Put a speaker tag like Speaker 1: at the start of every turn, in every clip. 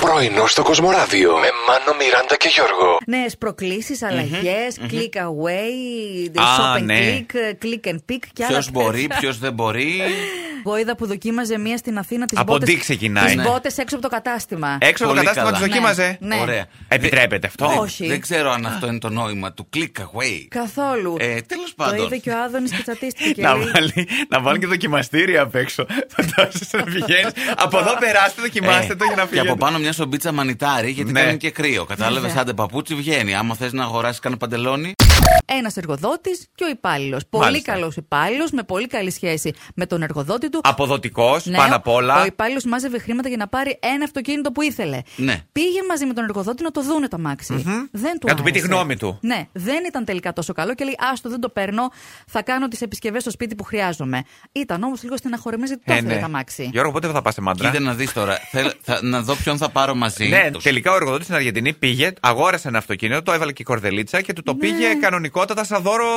Speaker 1: Πρωινό στο Κοσμοράδιο με Μάνο, Μιράντα και Γιώργο.
Speaker 2: Νέες προκλήσεις, αλλαγέ, click away, the
Speaker 3: Α,
Speaker 2: shop and
Speaker 3: ναι.
Speaker 2: click, ε, click and pick και άλλα.
Speaker 3: Ποιο μπορεί, ποιος δεν μπορεί.
Speaker 2: Εγώ είδα που δοκίμαζε μία στην Αθήνα τις
Speaker 3: Από
Speaker 2: μπότες.
Speaker 3: ντυ ξεκινάει,
Speaker 2: Τις
Speaker 3: ναι. Ε,
Speaker 2: μπότες έξω από το κατάστημα.
Speaker 4: Έξω από το
Speaker 3: Πολύ
Speaker 4: κατάστημα Ναι.
Speaker 3: καλά.
Speaker 4: του δοκίμαζε.
Speaker 2: Ναι.
Speaker 3: Ωραία.
Speaker 4: Επιτρέπεται αυτό.
Speaker 3: Δεν-
Speaker 2: Όχι.
Speaker 3: Δεν ξέρω αν αυτό είναι το νόημα του click away.
Speaker 2: Καθόλου.
Speaker 3: Ε, τέλος
Speaker 2: Το
Speaker 3: πάντων.
Speaker 2: είδε και ο Άδωνης και τσατίστηκε.
Speaker 4: Να
Speaker 2: λέει.
Speaker 4: βάλει, να βάλει και δοκιμαστήρια απ' έξω. Φαντάζεσαι να πηγαίνεις. από εδώ περάστε, δοκιμάστε το για να
Speaker 3: Ε, και
Speaker 4: φύγετε.
Speaker 3: από πάνω μια σομπίτσα μανιτάρι, γιατί
Speaker 4: Ναι.
Speaker 3: κάνει και κρύο. Κατάλαβες, άντε παπούτσι βγαίνει. Άμα θες να αγοράσεις κανένα παντελόνι.
Speaker 2: Ένας εργοδότης και ο υπάλληλος. Πολύ
Speaker 4: Μάλιστα.
Speaker 2: καλός υπάλληλος, με πολύ καλή σχέση με τον εργοδότη του.
Speaker 4: Αποδοτικός,
Speaker 2: Ναι,
Speaker 4: πάνω απ'
Speaker 2: Ο
Speaker 4: όλα.
Speaker 2: υπάλληλος μάζευε χρήματα για να πάρει ένα αυτοκίνητο που ήθελε.
Speaker 3: Ναι.
Speaker 2: Πήγε μαζί με τον εργοδότη να το δούνε το αμαξι Δεν του
Speaker 4: Να του πει τη
Speaker 2: άρεσε.
Speaker 4: γνώμη του.
Speaker 2: Ναι, δεν ήταν τελικά τόσο καλό και λέει: Άστο, δεν το παίρνω. Θα κάνω τις επισκευές στο σπίτι που χρειάζομαι. Ήταν όμως λίγο στεναχωρημένο γιατί το
Speaker 4: Ε,
Speaker 2: ήθελε
Speaker 4: ναι.
Speaker 2: το αμάξι.
Speaker 4: Γιώργο, πότε θα πας σε μάντρα.
Speaker 3: Κοίτα να δεις τώρα. Θέλ- θα- να δω ποιον θα πάρω μαζί.
Speaker 4: Ναι,
Speaker 3: Τους.
Speaker 4: τελικά ο εργοδότης στην Αργεντινή πήγε, αγόρασε ένα αυτοκίνητο, το έβαλε και η κορδελίτσα και
Speaker 2: Ναι.
Speaker 4: του το πήγε κανονικότατα σαν δώρο.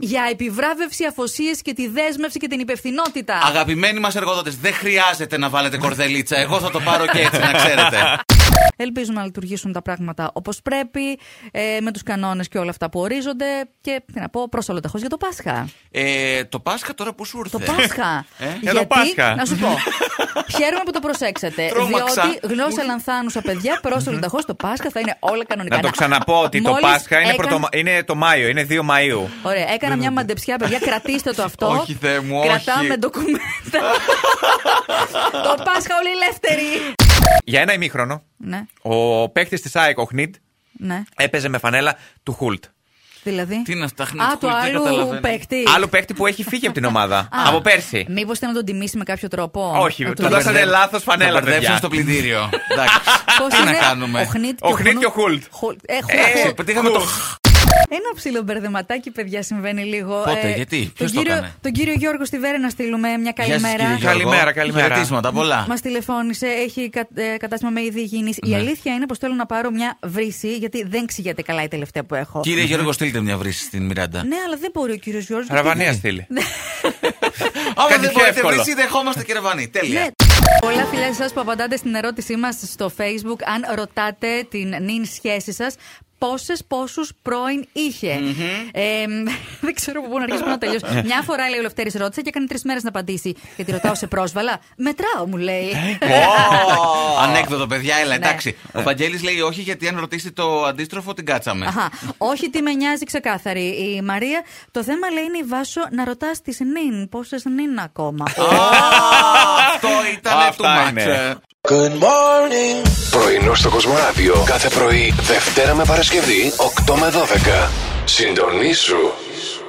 Speaker 2: Για επιβράβευση, αφοσίες και τη δέσμευση και την υπευθυνότητα.
Speaker 3: Αγαπημένοι μας εργοδότες, δεν χρειάζεται να βάλετε κορδελίτσα. Εγώ θα το πάρω και έτσι, να ξέρετε.
Speaker 2: Ελπίζω να λειτουργήσουν τα πράγματα όπως πρέπει, ε, με τους κανόνες και όλα αυτά που ορίζονται. Και τι να πω, προσωλοταχώ για το Πάσχα.
Speaker 3: Ε, το Πάσχα τώρα πώς σου ήρθε.
Speaker 2: Το Πάσχα.
Speaker 3: Ε, ε,
Speaker 2: Γιατί,
Speaker 4: το Πάσχα.
Speaker 2: να σου πω. Χαίρομαι που το προσέξατε.
Speaker 3: Τρώμαξα.
Speaker 2: Διότι γνώση αλανθάνουσα, παιδιά, πρόσωλη ταχώς το Πάσχα θα είναι όλα κανονικά.
Speaker 4: Να το ξαναπώ ότι το
Speaker 2: Μόλις
Speaker 4: Πάσχα είναι,
Speaker 2: έκανα-
Speaker 4: πρωτομα- είναι το Μάιο, είναι 2 Μαΐου.
Speaker 2: Ωραία, έκανα μια μαντεψιά, παιδιά. Κρατήστε το αυτό.
Speaker 3: Όχι, Θεέ μου, όχι.
Speaker 2: Κρατάμε ντοκουμέντα. το Πάσχα όλοι ελεύθεροι.
Speaker 4: Για ένα ημίχρονο,
Speaker 2: ναι,
Speaker 4: ο παίκτης της ΑΕΚ, ο Χνίτ,
Speaker 2: ναι.
Speaker 4: έπαιζε με φανέλα του Χουλτ.
Speaker 2: Δηλαδή.
Speaker 3: Τι να σταχνεί,
Speaker 2: Α,
Speaker 3: Χουλτ,
Speaker 2: του
Speaker 3: δεν
Speaker 2: άλλου
Speaker 3: καταλαβαίνω.
Speaker 2: παίκτη.
Speaker 4: Άλλο παίκτη που έχει φύγει από την ομάδα. από πέρσι.
Speaker 2: Μήπως θέλει να τον τιμήσει με κάποιο τρόπο.
Speaker 4: Όχι,
Speaker 2: Να
Speaker 4: του δώσανε
Speaker 3: μπερδεύει.
Speaker 4: λάθος φανέλα,
Speaker 3: Θα μπερδέψουν
Speaker 4: παιδιά.
Speaker 3: στο πλυντήριο. Εντάξει.
Speaker 2: Πώς
Speaker 3: Τι να
Speaker 2: είναι?
Speaker 3: κάνουμε.
Speaker 2: Ο Χνίτ
Speaker 4: Ο Χνίτ και ο Χουλτ.
Speaker 2: Χουλτ. Ε, Χουλτ,
Speaker 4: Ε,
Speaker 2: Χουλτ.
Speaker 3: Πετύχαμε το.
Speaker 2: Ένα ψηλό μπερδεματάκι, παιδιά, συμβαίνει λίγο. Ε,
Speaker 3: Πότε, γιατί, ποιος
Speaker 2: τον,
Speaker 3: το
Speaker 2: κύριο,
Speaker 3: έκανε?
Speaker 2: τον κύριο Γιώργο στη Βέρε να στείλουμε μια
Speaker 3: Γεια σας, κύριε
Speaker 2: καλημέρα.
Speaker 3: Γιώργο.
Speaker 4: Καλημέρα, καλημέρα.
Speaker 3: Χαιρετίσματα πολλά.
Speaker 2: Μας τηλεφώνησε, έχει κα, ε, κατάστημα με είδη υγιεινής.
Speaker 3: Ναι.
Speaker 2: Η αλήθεια είναι πως θέλω να πάρω μια βρύση, γιατί δεν ξηγείται καλά η τελευταία που έχω.
Speaker 3: Κύριε Γιώργο, στείλτε μια βρύση στην Μιράντα.
Speaker 2: Ναι, αλλά δεν μπορεί ο κύριος Γιώργος.
Speaker 4: Ραβανία στείλει.
Speaker 3: Άμα
Speaker 4: Κάτι
Speaker 3: δεν
Speaker 4: πιο
Speaker 3: μπορείτε
Speaker 4: εύκολο.
Speaker 3: βρύση, δεχόμαστε κύριε Βανή. Τέλεια.
Speaker 2: Ναι. Πολλά φιλιά σε εσά που απαντάτε στην ερώτησή μας στο Facebook. Αν ρωτάτε την νυν σχέση σας, πόσες πόσους πρώην είχε. Ε, μ, δεν ξέρω πού να αρχίσω πού να τελειώσω. Μια φορά λέει ο Λευτέρης ρώτησε και έκανε τρεις μέρες να απαντήσει. Γιατί ρωτάω σε πρόσβαλα. Μετράω, μου λέει.
Speaker 3: Ε. Ω, Ανέκδοτο, παιδιά, έλα,
Speaker 2: Ναι.
Speaker 3: εντάξει. Ο Βαγγέλης λέει όχι, γιατί αν ρωτήσει το αντίστροφο, την κάτσαμε.
Speaker 2: Αχα. Όχι, τι με νοιάζει ξεκάθαρη η Μαρία. Το θέμα λέει είναι η Βάσο να ρωτάς τις νυν. Πόσες νυν ακόμα.
Speaker 3: Ω, Αυτό ήταν ε. του
Speaker 4: Αυτά
Speaker 3: μάτς.
Speaker 4: είναι.
Speaker 1: Πρωινό στο Κοσμοράδιο κάθε πρωί, Δευτέρα με Παρασκευή, 8 με 12. Συντονίσου.